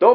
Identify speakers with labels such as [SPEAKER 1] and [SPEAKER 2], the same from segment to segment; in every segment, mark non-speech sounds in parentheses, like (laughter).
[SPEAKER 1] どう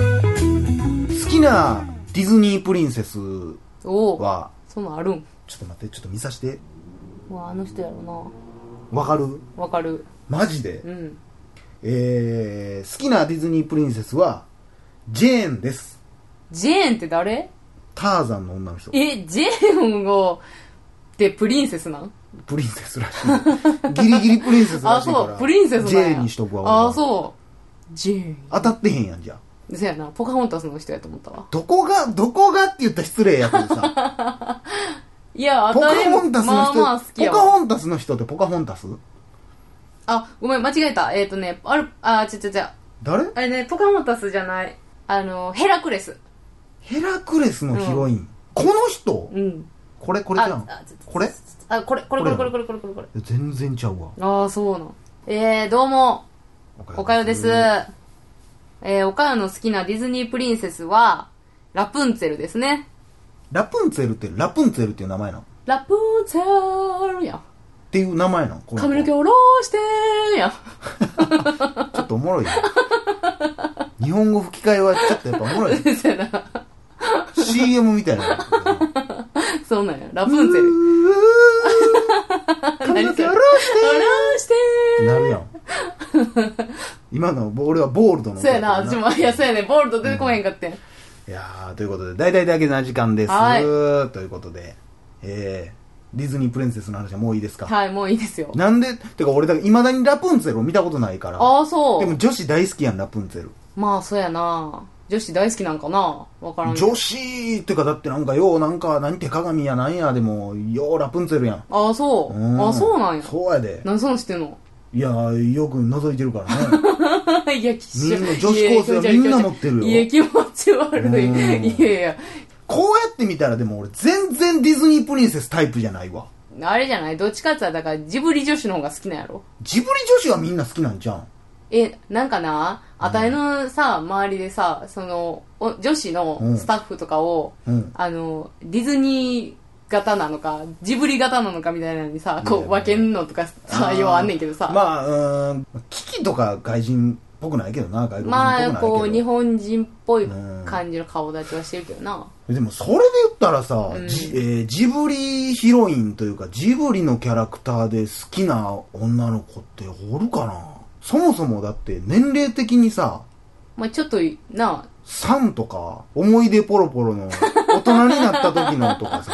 [SPEAKER 1] 好きなディズニープリンセス
[SPEAKER 2] おお、
[SPEAKER 1] は、
[SPEAKER 2] そんなんあるん。
[SPEAKER 1] ちょっと待って、ちょっと見さして。
[SPEAKER 2] うわ、あの人やろ
[SPEAKER 1] わかる
[SPEAKER 2] な。わかる。
[SPEAKER 1] マジで
[SPEAKER 2] うん。
[SPEAKER 1] えー、好きなディズニープリンセスは、ジェーンです。
[SPEAKER 2] ジェーンって誰
[SPEAKER 1] ターザンの女の人。
[SPEAKER 2] え、ジェーンを、ってプリンセスなん
[SPEAKER 1] プリンセスらし
[SPEAKER 2] (laughs)
[SPEAKER 1] い。ギリギリプリンセスら
[SPEAKER 2] あ、
[SPEAKER 1] しいから。
[SPEAKER 2] そう、プリンセスなん
[SPEAKER 1] ジ
[SPEAKER 2] や
[SPEAKER 1] ェーンにしとくわ。俺は
[SPEAKER 2] あ、そう。ジェーン。
[SPEAKER 1] 当たってへんやんじゃあ
[SPEAKER 2] そやな、ポカホンタスの人やと思ったわ。
[SPEAKER 1] どこがどこがって言ったら失礼やけど
[SPEAKER 2] (laughs)
[SPEAKER 1] さ
[SPEAKER 2] いや、
[SPEAKER 1] ポカ
[SPEAKER 2] え
[SPEAKER 1] ホンタスの
[SPEAKER 2] まあ
[SPEAKER 1] 人、
[SPEAKER 2] まあ好き
[SPEAKER 1] ポ
[SPEAKER 2] や
[SPEAKER 1] カ
[SPEAKER 2] わ。
[SPEAKER 1] ホンタスの人ってポカホンタス
[SPEAKER 2] あ、ごめん、間違えた。えっ、とね、ある、あ、ちゃちゃちゃ。
[SPEAKER 1] 誰
[SPEAKER 2] あれね、ポカホンタスじゃない。あの、ヘラクレス。
[SPEAKER 1] ヘラクレスのヒロイン、この人
[SPEAKER 2] うん。
[SPEAKER 1] これこれじゃん
[SPEAKER 2] ああちょっと
[SPEAKER 1] これ
[SPEAKER 2] あ、これ、これ、これ、これ、これ、これ、これ。これ
[SPEAKER 1] 全然ちゃうわ
[SPEAKER 2] ああ、そうなん。えー、どうも、おかよです。えー、おかよの好きなディズニープリンセスは、ラプンツェルですね。
[SPEAKER 1] ラプンツェルってラプンツェルっていう名前なのっ
[SPEAKER 2] ラプンツェルやん。
[SPEAKER 1] ていう名前なのこの子
[SPEAKER 2] 髪の毛下ろしてーやん。
[SPEAKER 1] ちょっとおもろいよ日本語吹き替えはちょっとやっぱお
[SPEAKER 2] (laughs)
[SPEAKER 1] もろいよ
[SPEAKER 2] そうやな
[SPEAKER 1] CM みたいな
[SPEAKER 2] そうなんや。ラプンツェル。
[SPEAKER 1] 髪の毛下ろして
[SPEAKER 2] 下ろしてー
[SPEAKER 1] なるやん (laughs) 今の俺はボールドの
[SPEAKER 2] そうやな、私も、いや、そうやね、ボールド出てこへんかってん。
[SPEAKER 1] いやーということで大々だけな時間です、
[SPEAKER 2] はい
[SPEAKER 1] ということでえー、ディズニープリンセスの話はもういいですか、
[SPEAKER 2] はい、もういいですよ。
[SPEAKER 1] なんでてか俺だいまだにラプンツェルを見たことないから
[SPEAKER 2] ああ、そ
[SPEAKER 1] でも
[SPEAKER 2] う。
[SPEAKER 1] 女子大好きやんラプンツェル
[SPEAKER 2] まあ、そうやな。女子大好きなんかなわからんけど。
[SPEAKER 1] 女子ってかだってなんかようなんか何手鏡やなんやでもようラプンツェルやん
[SPEAKER 2] ああ、そうう。ああ、そうなんや。
[SPEAKER 1] そうやで
[SPEAKER 2] 何そのしてんの
[SPEAKER 1] いやーよく覗いてるからね (laughs)
[SPEAKER 2] (laughs) いや、きっしょ
[SPEAKER 1] みんな女子高生はみんな持ってるよ
[SPEAKER 2] いや、気持ち悪い。
[SPEAKER 1] うん
[SPEAKER 2] いやいや。
[SPEAKER 1] こうやって見たらでも俺全然ディズニープリンセスタイプじゃないわ
[SPEAKER 2] あれじゃないどっちかって言ったらだから、ジブリ女子の方が好きなんやろ。
[SPEAKER 1] ジブリ女子はみんな好きなんじゃん
[SPEAKER 2] え、なんかな、あたいのさ、周りでさ、その、お女子
[SPEAKER 1] うん
[SPEAKER 2] のスタッフとかを、
[SPEAKER 1] うん
[SPEAKER 2] あの、ディズニー型なのか、ジブリ型なのかみたいなのにさ、こ
[SPEAKER 1] ね
[SPEAKER 2] う、分けんのとかさ、ようあんねんけどさ。ま
[SPEAKER 1] ま
[SPEAKER 2] あ
[SPEAKER 1] あうーん危機とか外人っぽくないけどな外国人っぽくないけど、
[SPEAKER 2] こう、日本人っぽい
[SPEAKER 1] うん
[SPEAKER 2] 感じの顔立ちはしてるけどな。
[SPEAKER 1] でもそれで言ったらさ、
[SPEAKER 2] うん
[SPEAKER 1] ジえージブリヒロインというかジブリのキャラクターで好きな女の子っておるかなそもそもだって年齢的にさ
[SPEAKER 2] まあちょっと、な、
[SPEAKER 1] サンとか思い出ポロポ
[SPEAKER 2] (laughs)
[SPEAKER 1] ロの大人になった時のとかさ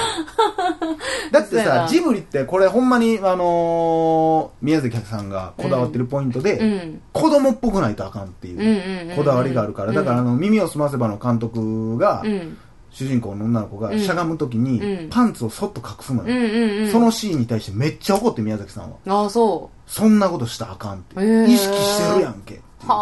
[SPEAKER 1] だって
[SPEAKER 2] (laughs) そうや
[SPEAKER 1] さ
[SPEAKER 2] な
[SPEAKER 1] ジブリってこれほんまにあのー宮崎さんがこだわってるポイントで、
[SPEAKER 2] うん。
[SPEAKER 1] 子供っぽくないとあかんって
[SPEAKER 2] うんうん
[SPEAKER 1] いう
[SPEAKER 2] うんうん
[SPEAKER 1] こだわりがあるから、だからあ
[SPEAKER 2] うん
[SPEAKER 1] の、耳をすませばの監督が、
[SPEAKER 2] うん
[SPEAKER 1] 主人公の女の子が
[SPEAKER 2] うん
[SPEAKER 1] しゃがむときに
[SPEAKER 2] う、ん
[SPEAKER 1] パンツをそっと隠すの
[SPEAKER 2] う
[SPEAKER 1] よ。
[SPEAKER 2] んうんうん
[SPEAKER 1] そのシーンに対してめっちゃ怒って宮崎さんは。
[SPEAKER 2] ああそ
[SPEAKER 1] そんなことしたらあかんって。
[SPEAKER 2] へー
[SPEAKER 1] 意識してるやんけっていう。
[SPEAKER 2] うは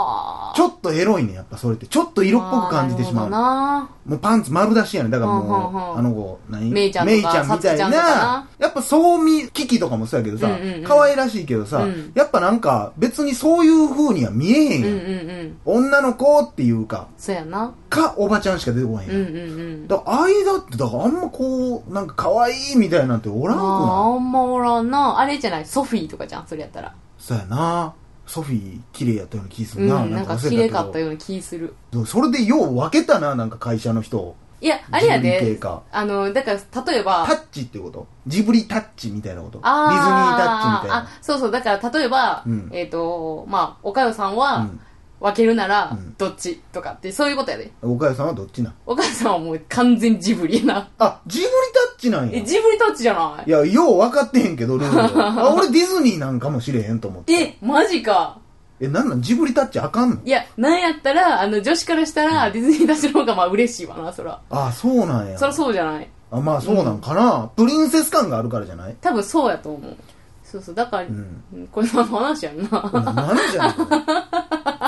[SPEAKER 2] あ
[SPEAKER 1] ちょっとエロいね、やっぱそれって。ちょっと色っぽく感じてしまう。
[SPEAKER 2] な
[SPEAKER 1] もうパンツ丸出しやねだからもう、
[SPEAKER 2] うんうんうん
[SPEAKER 1] あの子何
[SPEAKER 2] メイちゃんとか
[SPEAKER 1] メイちゃんみたい
[SPEAKER 2] サツキち
[SPEAKER 1] な
[SPEAKER 2] ゃ
[SPEAKER 1] ん
[SPEAKER 2] とかな
[SPEAKER 1] やっぱそう見キキとかもそうやけどさ、
[SPEAKER 2] うんうんうん
[SPEAKER 1] 可愛らしいけどさ、
[SPEAKER 2] うん
[SPEAKER 1] やっぱなんか別にそういう風には見えへん
[SPEAKER 2] るほ
[SPEAKER 1] やん、
[SPEAKER 2] どな
[SPEAKER 1] 女
[SPEAKER 2] うんうんうん
[SPEAKER 1] の子っていうか
[SPEAKER 2] そうやな
[SPEAKER 1] かおばちゃんしか出てこへん
[SPEAKER 2] う
[SPEAKER 1] や、
[SPEAKER 2] んうんんうん
[SPEAKER 1] だから間ってだからあんまこうなんか可愛いみたいなんておらんくない
[SPEAKER 2] あーあんまおらんなあれじゃないソフィーとかじゃんそれやったら
[SPEAKER 1] そうやなソフィー綺麗やったような気す
[SPEAKER 2] う
[SPEAKER 1] る
[SPEAKER 2] ん
[SPEAKER 1] な、
[SPEAKER 2] なんか
[SPEAKER 1] 忘れ
[SPEAKER 2] 綺麗かった
[SPEAKER 1] け
[SPEAKER 2] ような気する
[SPEAKER 1] どそれでよう分けたななんか会社の人
[SPEAKER 2] いやあれや
[SPEAKER 1] ジブリ系
[SPEAKER 2] で
[SPEAKER 1] か
[SPEAKER 2] あのだから例えば
[SPEAKER 1] タッチってことジブリタッチみたいなことディズニータッ
[SPEAKER 2] あ
[SPEAKER 1] チみたいな
[SPEAKER 2] あそうそうだから例えば、
[SPEAKER 1] うん
[SPEAKER 2] えっ、とまあおかよさん
[SPEAKER 1] う
[SPEAKER 2] は
[SPEAKER 1] ん
[SPEAKER 2] 分けるな
[SPEAKER 1] う
[SPEAKER 2] ら
[SPEAKER 1] ん
[SPEAKER 2] どっちとかってそういうことやで
[SPEAKER 1] 岡谷さんはどっちなん
[SPEAKER 2] おかよさんはもう完全ジブリやな
[SPEAKER 1] あ、ジブリタッチなんや。
[SPEAKER 2] え
[SPEAKER 1] い
[SPEAKER 2] ジブリタッチじゃない
[SPEAKER 1] や、よう分かってへんけど、ルール
[SPEAKER 2] (laughs)
[SPEAKER 1] を。あ、俺ディズニーなんかもしれへんと思って。
[SPEAKER 2] えマジか
[SPEAKER 1] え、なんなんジブリタッチあかんの
[SPEAKER 2] いや、なんやったら、あの、女子からしたら、ディズニー出しの方がまあ嬉しいわな、そら。
[SPEAKER 1] あ、そうなんや。
[SPEAKER 2] そらそうじゃない。
[SPEAKER 1] あまあそうなんかな、プリンセス感があるからじゃない
[SPEAKER 2] 多分そうやと思う。そうそう。だから、
[SPEAKER 1] うん
[SPEAKER 2] うんこれの話やん
[SPEAKER 1] (laughs)
[SPEAKER 2] な。
[SPEAKER 1] な何じゃんこれ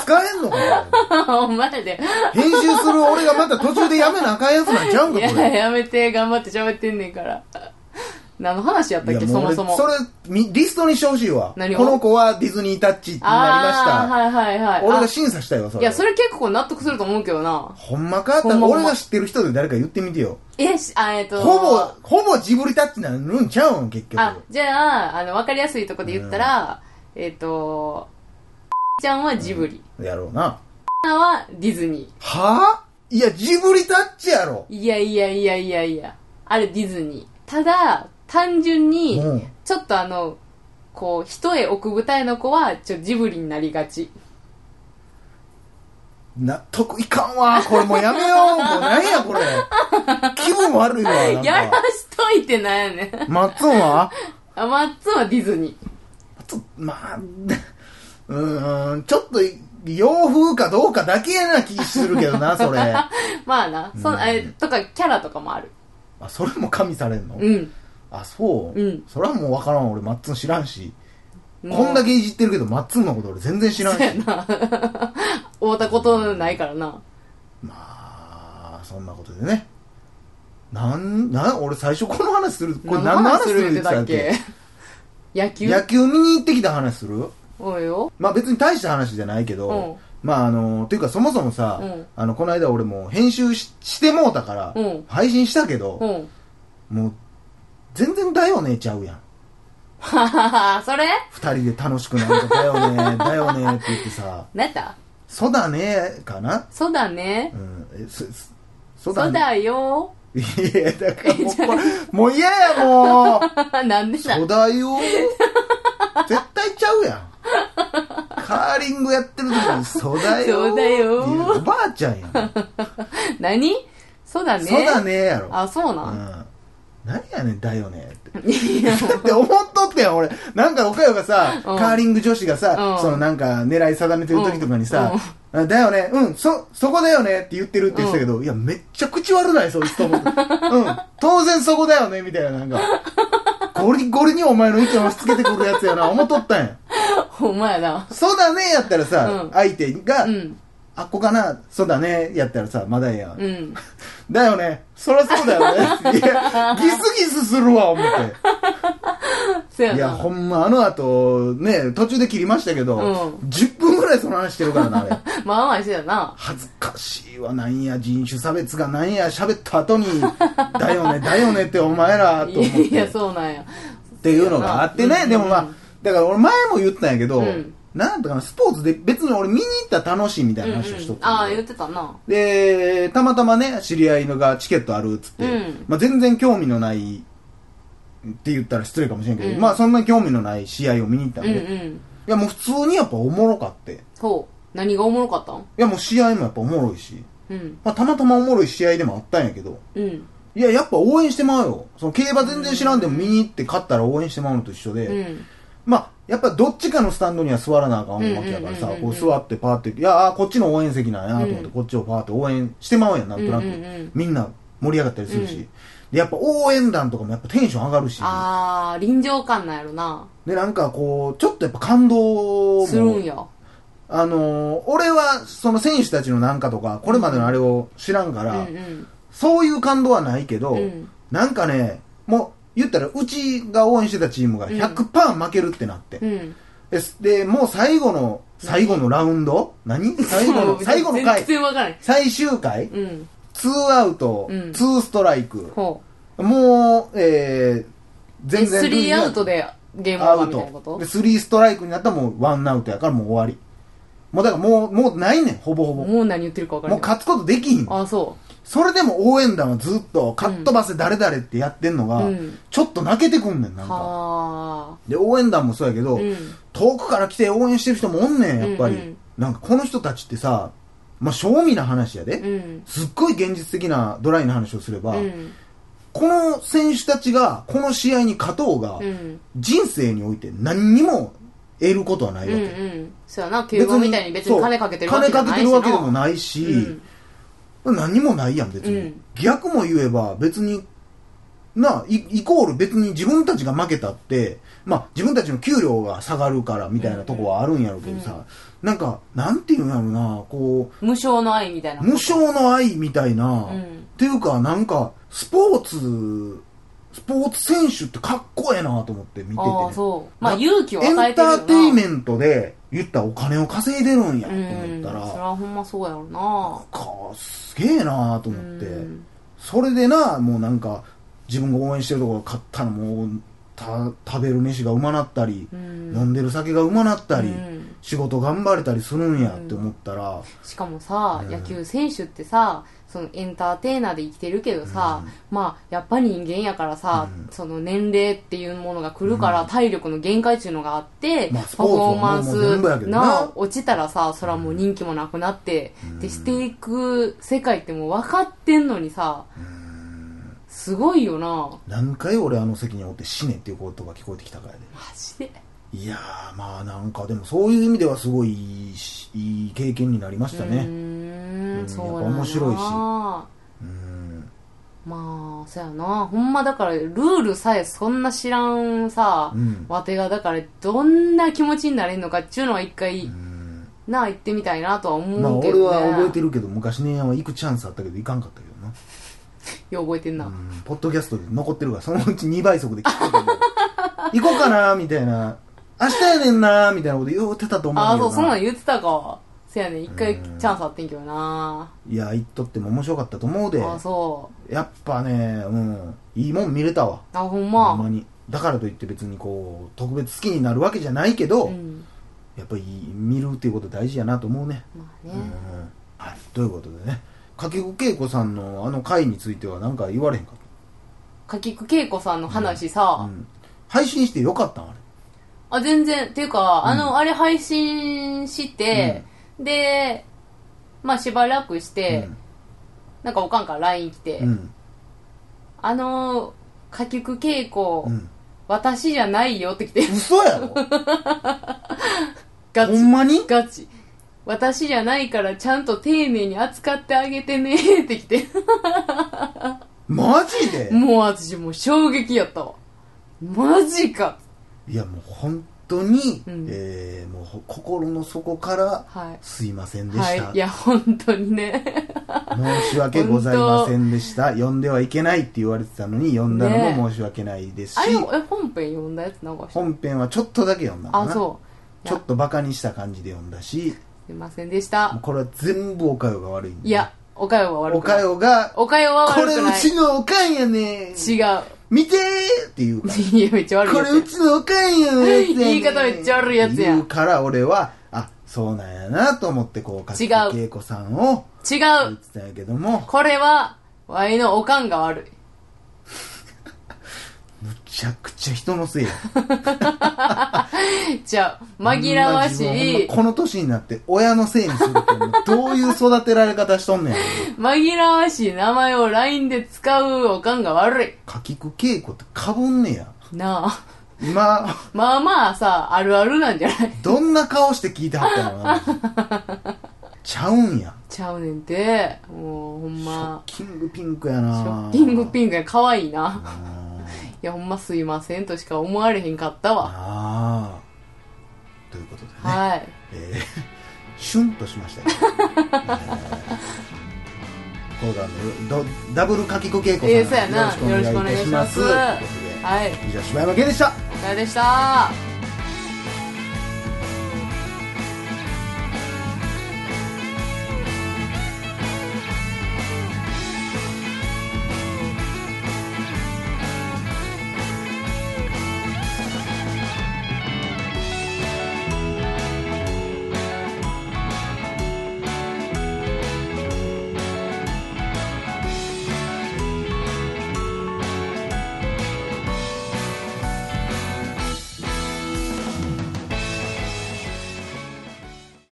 [SPEAKER 1] 使えんのかな
[SPEAKER 2] お前で。
[SPEAKER 1] 編集する俺がまた途中でやめなあかんやつなんちゃうん
[SPEAKER 2] い
[SPEAKER 1] か
[SPEAKER 2] や
[SPEAKER 1] これ、
[SPEAKER 2] やめて、頑張って喋ってんねんから。何の話やったっけ、
[SPEAKER 1] も
[SPEAKER 2] そ
[SPEAKER 1] う
[SPEAKER 2] も
[SPEAKER 1] 俺
[SPEAKER 2] そも。
[SPEAKER 1] それみリストにしてほしいわ
[SPEAKER 2] 何を
[SPEAKER 1] この子はディズニータッチになりました、
[SPEAKER 2] あーはいはいはい。
[SPEAKER 1] 俺が
[SPEAKER 2] あ
[SPEAKER 1] 審査したいわそれ
[SPEAKER 2] いや、それ結構納得すると思うけどな。
[SPEAKER 1] ほんまか
[SPEAKER 2] ほんまほんま
[SPEAKER 1] 俺が知ってる人で誰か言ってみてよ
[SPEAKER 2] え、しあ、えっと。
[SPEAKER 1] ほぼほぼジブリタッチなるんちゃうん結局
[SPEAKER 2] あ、じゃあ、あの、わかりやすいとこで言ったら、えっ、と、ちゃんはジブリ。
[SPEAKER 1] やろうな
[SPEAKER 2] ちゃんはディズニ
[SPEAKER 1] はあいやジブリタッチやろ
[SPEAKER 2] ー。いやいやいやいやいや。あれディズニー。ただ、単純に
[SPEAKER 1] うん、
[SPEAKER 2] ちょっとあの、こう、一重奥舞台の子は、ちょ、ジブリになりがち。
[SPEAKER 1] 納得いかんわこれもうやめようもうなんやこれ気分悪いわなん
[SPEAKER 2] (laughs) やら
[SPEAKER 1] か
[SPEAKER 2] しといてなんやねん。 (laughs)
[SPEAKER 1] マッツンは
[SPEAKER 2] あ、マッツンはディズニー。 (laughs)
[SPEAKER 1] ちょっとまあ (laughs) うーんちょっと洋風かどうかだけやな気するけど (laughs) なそれあ
[SPEAKER 2] まあな、そん、あれ、とか、キャラとかもある。
[SPEAKER 1] それも加味されんの、
[SPEAKER 2] うん。
[SPEAKER 1] あそう、
[SPEAKER 2] うん
[SPEAKER 1] それはもう分からん俺マッツン知らんし
[SPEAKER 2] もう
[SPEAKER 1] こんだけいじってるけど、マッツンのこと俺全然知らんし。
[SPEAKER 2] (laughs) 会うたことないからな。
[SPEAKER 1] まあ、そんなことでね。なん、なん、俺最初この話する、これ
[SPEAKER 2] 何
[SPEAKER 1] 何
[SPEAKER 2] の
[SPEAKER 1] の
[SPEAKER 2] 話
[SPEAKER 1] 話す
[SPEAKER 2] する
[SPEAKER 1] る言
[SPEAKER 2] 言っ
[SPEAKER 1] ってて
[SPEAKER 2] た
[SPEAKER 1] た
[SPEAKER 2] っ
[SPEAKER 1] っ
[SPEAKER 2] け
[SPEAKER 1] け
[SPEAKER 2] 野球
[SPEAKER 1] 野球見に行ってきた話する
[SPEAKER 2] おうよ。
[SPEAKER 1] まあ別に大した話じゃないけど、
[SPEAKER 2] うん
[SPEAKER 1] まああの、っていうかそもそもさ、
[SPEAKER 2] うん
[SPEAKER 1] あの、この間俺もう編集ししてもうたから、
[SPEAKER 2] うん
[SPEAKER 1] 配信したけ
[SPEAKER 2] う
[SPEAKER 1] ど、
[SPEAKER 2] ん。 (laughs)
[SPEAKER 1] もう、全然だよねちゃうやん。
[SPEAKER 2] ははは、それ
[SPEAKER 1] 二人で楽しくなんかだよ
[SPEAKER 2] (laughs)
[SPEAKER 1] ね、だよねって言ってさ、
[SPEAKER 2] 何やった
[SPEAKER 1] そだねかな
[SPEAKER 2] そうだね
[SPEAKER 1] う。ん、え、そ、そ
[SPEAKER 2] そ
[SPEAKER 1] そう
[SPEAKER 2] だよ。 (laughs)
[SPEAKER 1] いや、だからもうこれ、もう嫌や、もう。
[SPEAKER 2] なんでだ
[SPEAKER 1] 初代を、絶対ちゃうやん。カーリングやってる時に、そうだよ。
[SPEAKER 2] そうだよ
[SPEAKER 1] っていうおばあちゃんやん。
[SPEAKER 2] 何そうだね。
[SPEAKER 1] そうだ。ねやろ。
[SPEAKER 2] あ、そう
[SPEAKER 1] う
[SPEAKER 2] なん。
[SPEAKER 1] ん。何やねん、だよねって。
[SPEAKER 2] いや、
[SPEAKER 1] だって思っとってやん、俺。なんか、岡山がさ、
[SPEAKER 2] うん
[SPEAKER 1] カーリング女子がさ、
[SPEAKER 2] うん
[SPEAKER 1] そのなんか、狙い定めてる時とかにさ、あだよね、うん、そ、そこだよねって言ってるって言ってたけど、いや、めっちゃ口悪ない、そいつと思って。うん、当然そこだよね、みたいな、なんか。ゴリゴリにお前の意見押し付けてくるやつやな、思っとったんや。
[SPEAKER 2] ほんまやな。
[SPEAKER 1] そうだね、やったらさ、
[SPEAKER 2] うん
[SPEAKER 1] 相手が、
[SPEAKER 2] うん。
[SPEAKER 1] あっこかな、そうだね、やったらさ、まだええやん。
[SPEAKER 2] うん。
[SPEAKER 1] だよね、そりゃそうだよ
[SPEAKER 2] (laughs)
[SPEAKER 1] ね。いや、ギスギスするわ、思って。
[SPEAKER 2] そうや (laughs)
[SPEAKER 1] いや、
[SPEAKER 2] な。
[SPEAKER 1] ほんま、あの後、ね、途中で切りましたけど、
[SPEAKER 2] う
[SPEAKER 1] 10分ぐらいその話してるからな、あ
[SPEAKER 2] (laughs)
[SPEAKER 1] れ。
[SPEAKER 2] まあまあしてたな。
[SPEAKER 1] 恥ずかしいわ、なんや、人種差別がなんや、喋った後に、だよね、だよねってお前ら、と思っ
[SPEAKER 2] い
[SPEAKER 1] て。
[SPEAKER 2] や、
[SPEAKER 1] っ
[SPEAKER 2] そうなんや。
[SPEAKER 1] ていうのがあってね、
[SPEAKER 2] うん
[SPEAKER 1] でもまあ、だから俺前も言ったんやけど、
[SPEAKER 2] うん
[SPEAKER 1] なんとかな、スポーツで別に俺見に行ったら楽しいみた
[SPEAKER 2] う
[SPEAKER 1] い
[SPEAKER 2] んう
[SPEAKER 1] なん話をしとっ。たん
[SPEAKER 2] あ
[SPEAKER 1] だ
[SPEAKER 2] あ、
[SPEAKER 1] けど
[SPEAKER 2] 言ってたな。
[SPEAKER 1] で、たまたまね、知り合いのがチケットあるっつって、
[SPEAKER 2] うん
[SPEAKER 1] まあ、全然興味のないって言ったら失礼かもしれんけど、
[SPEAKER 2] うん
[SPEAKER 1] まあそんなに興味のない試合を見に行った
[SPEAKER 2] うんん
[SPEAKER 1] で、
[SPEAKER 2] うん。
[SPEAKER 1] いやもう普通にやっぱおもろかって。い
[SPEAKER 2] ほう。何がおもろかったん
[SPEAKER 1] やもう試合もやっぱおもろいし。
[SPEAKER 2] うん。
[SPEAKER 1] まあたまたまおもろい試合でもあったんやけど。
[SPEAKER 2] うん。
[SPEAKER 1] いややっぱ応援してまうよ。その競馬全然知らんでも見に行って勝ったら応援してまうのと一緒で。
[SPEAKER 2] うん。
[SPEAKER 1] まあやっぱどっちかのスタンドには座らなあかんわけやからさ、
[SPEAKER 2] うんうんうんうん
[SPEAKER 1] こう座ってパーって、いやあこっちの応援席なんやなと思って、
[SPEAKER 2] うん
[SPEAKER 1] こっちをパーって応援してまうやん、なんとなく。
[SPEAKER 2] うんうんうん
[SPEAKER 1] みんな盛り上がったりするし。
[SPEAKER 2] うん
[SPEAKER 1] でやっぱ応援団とかもやっぱテンション上がるし。
[SPEAKER 2] ああ、臨場感なんやろな。
[SPEAKER 1] で、なんかこう、ちょっとやっぱ感動も
[SPEAKER 2] するんや。
[SPEAKER 1] あのー俺はその選手たちのなんかとかこれまでのあれを知らんか
[SPEAKER 2] うんう
[SPEAKER 1] ら、
[SPEAKER 2] ん。
[SPEAKER 1] そういう感動はないけど、
[SPEAKER 2] うん
[SPEAKER 1] なんかねもう言ったらうちが応援してたチームが
[SPEAKER 2] うん
[SPEAKER 1] 100%負けるってなって、
[SPEAKER 2] うん。
[SPEAKER 1] ですでもう最後の最後のラウンド何
[SPEAKER 2] (laughs)
[SPEAKER 1] 最後
[SPEAKER 2] も
[SPEAKER 1] の
[SPEAKER 2] う
[SPEAKER 1] 最後の回
[SPEAKER 2] 全然わからない。
[SPEAKER 1] 最終回
[SPEAKER 2] うん。
[SPEAKER 1] ツーアウト、
[SPEAKER 2] うん
[SPEAKER 1] ツーストライク
[SPEAKER 2] ほ
[SPEAKER 1] もう、えー、
[SPEAKER 2] う。
[SPEAKER 1] 全
[SPEAKER 2] で、
[SPEAKER 1] 然
[SPEAKER 2] スリーアウトでゲームオーバーみたいなこ
[SPEAKER 1] アウト
[SPEAKER 2] と
[SPEAKER 1] で3ストライクになったらもうワンアウトやからもう終わりもうだからもうもうないねんほぼほぼ
[SPEAKER 2] もう何言ってるかわから
[SPEAKER 1] も
[SPEAKER 2] な
[SPEAKER 1] う
[SPEAKER 2] い。
[SPEAKER 1] 勝つことできひん
[SPEAKER 2] あ、そ
[SPEAKER 1] それでも応援団はずっと「かっ飛ばせ誰々」ってやってんのが、
[SPEAKER 2] うん
[SPEAKER 1] ちょっと泣けてくんねん
[SPEAKER 2] う。
[SPEAKER 1] なんか
[SPEAKER 2] は
[SPEAKER 1] で応援団もそうやけど、
[SPEAKER 2] あ。うん。
[SPEAKER 1] 遠くから来て応援してる人もおんねんやっぱり、
[SPEAKER 2] うんうん
[SPEAKER 1] なんかこの人たちってさまあ正味な話やで、
[SPEAKER 2] うん。
[SPEAKER 1] すっごい現実的なドライな話をすれば、
[SPEAKER 2] うん。
[SPEAKER 1] この選手たちがこの試合に勝とうが、
[SPEAKER 2] うん。
[SPEAKER 1] 人生において何にも得ることはない
[SPEAKER 2] うん。う
[SPEAKER 1] わけ、
[SPEAKER 2] ん。そうやな、競馬みたいに別に金かけてるわけ
[SPEAKER 1] そう
[SPEAKER 2] じゃ
[SPEAKER 1] 金かけ
[SPEAKER 2] ない
[SPEAKER 1] て
[SPEAKER 2] し
[SPEAKER 1] る
[SPEAKER 2] な。
[SPEAKER 1] わけでもないし、
[SPEAKER 2] うん
[SPEAKER 1] 何もないやん別に、
[SPEAKER 2] うん
[SPEAKER 1] 逆も言えば別になあイイコール別に自分たちが負けたって、まあ、自分たちの給料が下がるからみたいなとこはあるんやろうけどさ、なんかなんていうんやろなこ
[SPEAKER 2] 無償の愛みたいな
[SPEAKER 1] う無償の愛みたいな、
[SPEAKER 2] うん
[SPEAKER 1] っていうかなんかスポーツスポーツ選手ってかっこええなと思って見ててね、
[SPEAKER 2] ああそうまあ勇気を与
[SPEAKER 1] エ
[SPEAKER 2] え
[SPEAKER 1] ン
[SPEAKER 2] てるよ
[SPEAKER 1] タ
[SPEAKER 2] な
[SPEAKER 1] ーテインメントで言ったらお金を稼いでるんやと
[SPEAKER 2] う
[SPEAKER 1] 思
[SPEAKER 2] ん
[SPEAKER 1] ったら、
[SPEAKER 2] それはほんまそうやろうな
[SPEAKER 1] かすげえなと
[SPEAKER 2] う
[SPEAKER 1] 思って、
[SPEAKER 2] ん
[SPEAKER 1] それでなもうなんか自分が応援してるところ買ったらもうた食べる飯がうまなったり、
[SPEAKER 2] うん
[SPEAKER 1] 飲んでる酒がうまなったり、
[SPEAKER 2] うん
[SPEAKER 1] 仕事頑張れたりするんやって思ったら、
[SPEAKER 2] しかもさ、
[SPEAKER 1] うん
[SPEAKER 2] 野球選手ってさそのエンターテイナーで生きてるけどさ、まあやっぱり人間やからさ、
[SPEAKER 1] うん
[SPEAKER 2] その年齢っていうものが来るから、体力の限界っていうのがあって、
[SPEAKER 1] まあス
[SPEAKER 2] パ
[SPEAKER 1] ポーツ
[SPEAKER 2] フ
[SPEAKER 1] は
[SPEAKER 2] ォーマン
[SPEAKER 1] もう全部やけ
[SPEAKER 2] ス
[SPEAKER 1] どな
[SPEAKER 2] な落ちたらさそれはもう人気もなくなって、
[SPEAKER 1] ん
[SPEAKER 2] でしていく世界ってもう分かってんのにさ、すごいよな
[SPEAKER 1] 何回俺あの席におって死ねっていう言葉聞こえてきたからで
[SPEAKER 2] マジで
[SPEAKER 1] いやーまあなんかでもそういう意味ではすごいいいしいい経験になりました
[SPEAKER 2] う
[SPEAKER 1] ね
[SPEAKER 2] ー
[SPEAKER 1] うんん
[SPEAKER 2] そうや
[SPEAKER 1] やっ
[SPEAKER 2] な
[SPEAKER 1] ぱ面白いしうん
[SPEAKER 2] まあ、そうやな。ほんまだから、ルールさえそんな知らんさ、
[SPEAKER 1] うん
[SPEAKER 2] わてがだから、どんな気持ちになれんのかっていうのは一回、
[SPEAKER 1] うん
[SPEAKER 2] なあ、行ってみたいなとは
[SPEAKER 1] まあ
[SPEAKER 2] 思うけ
[SPEAKER 1] 俺
[SPEAKER 2] ど、ね。
[SPEAKER 1] は覚えてるけど昔ね行くチャンスあったけど行かんかったけどな
[SPEAKER 2] よう覚えてんな。
[SPEAKER 1] うんポッドキャストで残ってるからそのうち2倍速で聞くけど行こうかなみたいな明日やねんなみたいなこと言うてたと思う
[SPEAKER 2] ああ、
[SPEAKER 1] け
[SPEAKER 2] そ
[SPEAKER 1] ど
[SPEAKER 2] う、そんなん
[SPEAKER 1] い
[SPEAKER 2] 言ってたか。せやね、一回チ
[SPEAKER 1] うん
[SPEAKER 2] ャンスあってんけどな。
[SPEAKER 1] や行っとっても面白かったと思うで
[SPEAKER 2] ああ、そう。
[SPEAKER 1] やっぱねうんいいもん見れたわ
[SPEAKER 2] あ、ほ
[SPEAKER 1] ほ
[SPEAKER 2] ん
[SPEAKER 1] んま
[SPEAKER 2] ま。
[SPEAKER 1] にだからといって別にこう特別好きになるわけじゃないけど、
[SPEAKER 2] うん。
[SPEAKER 1] やっぱり見るっていうこと大事やなと思うね
[SPEAKER 2] まあね。
[SPEAKER 1] うんはい、ということでね掛布恵子さんのあの回については何か言われへんかっ
[SPEAKER 2] かきくけいこさんの話
[SPEAKER 1] た、う
[SPEAKER 2] さ、
[SPEAKER 1] ん、配信してよかったんあ
[SPEAKER 2] あ、全然、っていうか、あの、あれ配信して、で、まあしばらくし
[SPEAKER 1] れ、
[SPEAKER 2] て、なんかおかんから LINE 来て、
[SPEAKER 1] うんうん
[SPEAKER 2] あのー、歌曲稽
[SPEAKER 1] う
[SPEAKER 2] 古、
[SPEAKER 1] ん、
[SPEAKER 2] 私じゃないよって来て、
[SPEAKER 1] 嘘やろ
[SPEAKER 2] ガ
[SPEAKER 1] ほ
[SPEAKER 2] チ、
[SPEAKER 1] んまに
[SPEAKER 2] ガチ。私じゃないからちゃんと丁寧に扱ってあげてね (laughs) って来て、
[SPEAKER 1] マジで
[SPEAKER 2] もう私もう衝撃やったわ。マジか。
[SPEAKER 1] いやもう本当に、
[SPEAKER 2] うん
[SPEAKER 1] えーもうほ心の底から
[SPEAKER 2] は
[SPEAKER 1] すいません
[SPEAKER 2] い。
[SPEAKER 1] で
[SPEAKER 2] は
[SPEAKER 1] し
[SPEAKER 2] い
[SPEAKER 1] た、。
[SPEAKER 2] いや、本当にね。
[SPEAKER 1] 申し訳ございませんでした呼んではいけないって言われてたのに呼んだのも申し訳ないですし
[SPEAKER 2] あ、れ、え本編読んだやつなんかして
[SPEAKER 1] 本編はちょっとだけ読んだのか
[SPEAKER 2] あ、
[SPEAKER 1] な
[SPEAKER 2] そう。い
[SPEAKER 1] ちょ
[SPEAKER 2] や
[SPEAKER 1] っ、とバカにした感じで読んだし
[SPEAKER 2] すいませんでし
[SPEAKER 1] もう
[SPEAKER 2] た。
[SPEAKER 1] これは全部おかよが悪いんだね
[SPEAKER 2] いや、おかよは悪
[SPEAKER 1] お
[SPEAKER 2] くな
[SPEAKER 1] か
[SPEAKER 2] い。
[SPEAKER 1] よが
[SPEAKER 2] おかよは
[SPEAKER 1] こ
[SPEAKER 2] 悪
[SPEAKER 1] れ
[SPEAKER 2] くな
[SPEAKER 1] う
[SPEAKER 2] い。
[SPEAKER 1] ちのおかんやね
[SPEAKER 2] 違う。 (laughs)
[SPEAKER 1] 見てーって言うから
[SPEAKER 2] いや、めっちゃ悪い
[SPEAKER 1] こ
[SPEAKER 2] や
[SPEAKER 1] れ
[SPEAKER 2] つ
[SPEAKER 1] うちのおかんやねん
[SPEAKER 2] 言い方めっちゃ悪いやつや
[SPEAKER 1] 言うから俺はあそうなんやなと思ってこう勝
[SPEAKER 2] 違う
[SPEAKER 1] 木恵子さんを
[SPEAKER 2] 違
[SPEAKER 1] 言っ
[SPEAKER 2] う。
[SPEAKER 1] てたんやけども
[SPEAKER 2] これは、ワイのおかんが悪い。
[SPEAKER 1] むちゃくちゃ人のせいや
[SPEAKER 2] じゃあ、紛らわし
[SPEAKER 1] ほんま自分ほん
[SPEAKER 2] い
[SPEAKER 1] ま、この年になって親のせいにするってもうどういう育てられ方しとんねん
[SPEAKER 2] 紛らわしい名前を LINE で使うおかんが悪い。
[SPEAKER 1] 柿木恵子ってかぶんねや
[SPEAKER 2] なあ。
[SPEAKER 1] 今
[SPEAKER 2] まあまあさ、あるあるなんじゃない
[SPEAKER 1] どんな顔して聞いてはったのかなちゃうんや
[SPEAKER 2] ちゃうねんて。もう、ほん
[SPEAKER 1] ショッ
[SPEAKER 2] ま、
[SPEAKER 1] キングピンクや
[SPEAKER 2] シ
[SPEAKER 1] な
[SPEAKER 2] ョッキング
[SPEAKER 1] ンク
[SPEAKER 2] ピンクや可愛いな。いや、ほんますいませんとしか思われへんかったわ。
[SPEAKER 1] あーということでね、
[SPEAKER 2] はい。
[SPEAKER 1] えー、シュンとしましたよ、えー、今度はあのどダブルかきこ稽
[SPEAKER 2] え
[SPEAKER 1] 古
[SPEAKER 2] ー、そう
[SPEAKER 1] さ
[SPEAKER 2] や
[SPEAKER 1] ん、
[SPEAKER 2] な。よろしくお願いします。
[SPEAKER 1] という
[SPEAKER 2] は
[SPEAKER 1] こと
[SPEAKER 2] い。
[SPEAKER 1] で以上柴山健でした
[SPEAKER 2] お疲れでした。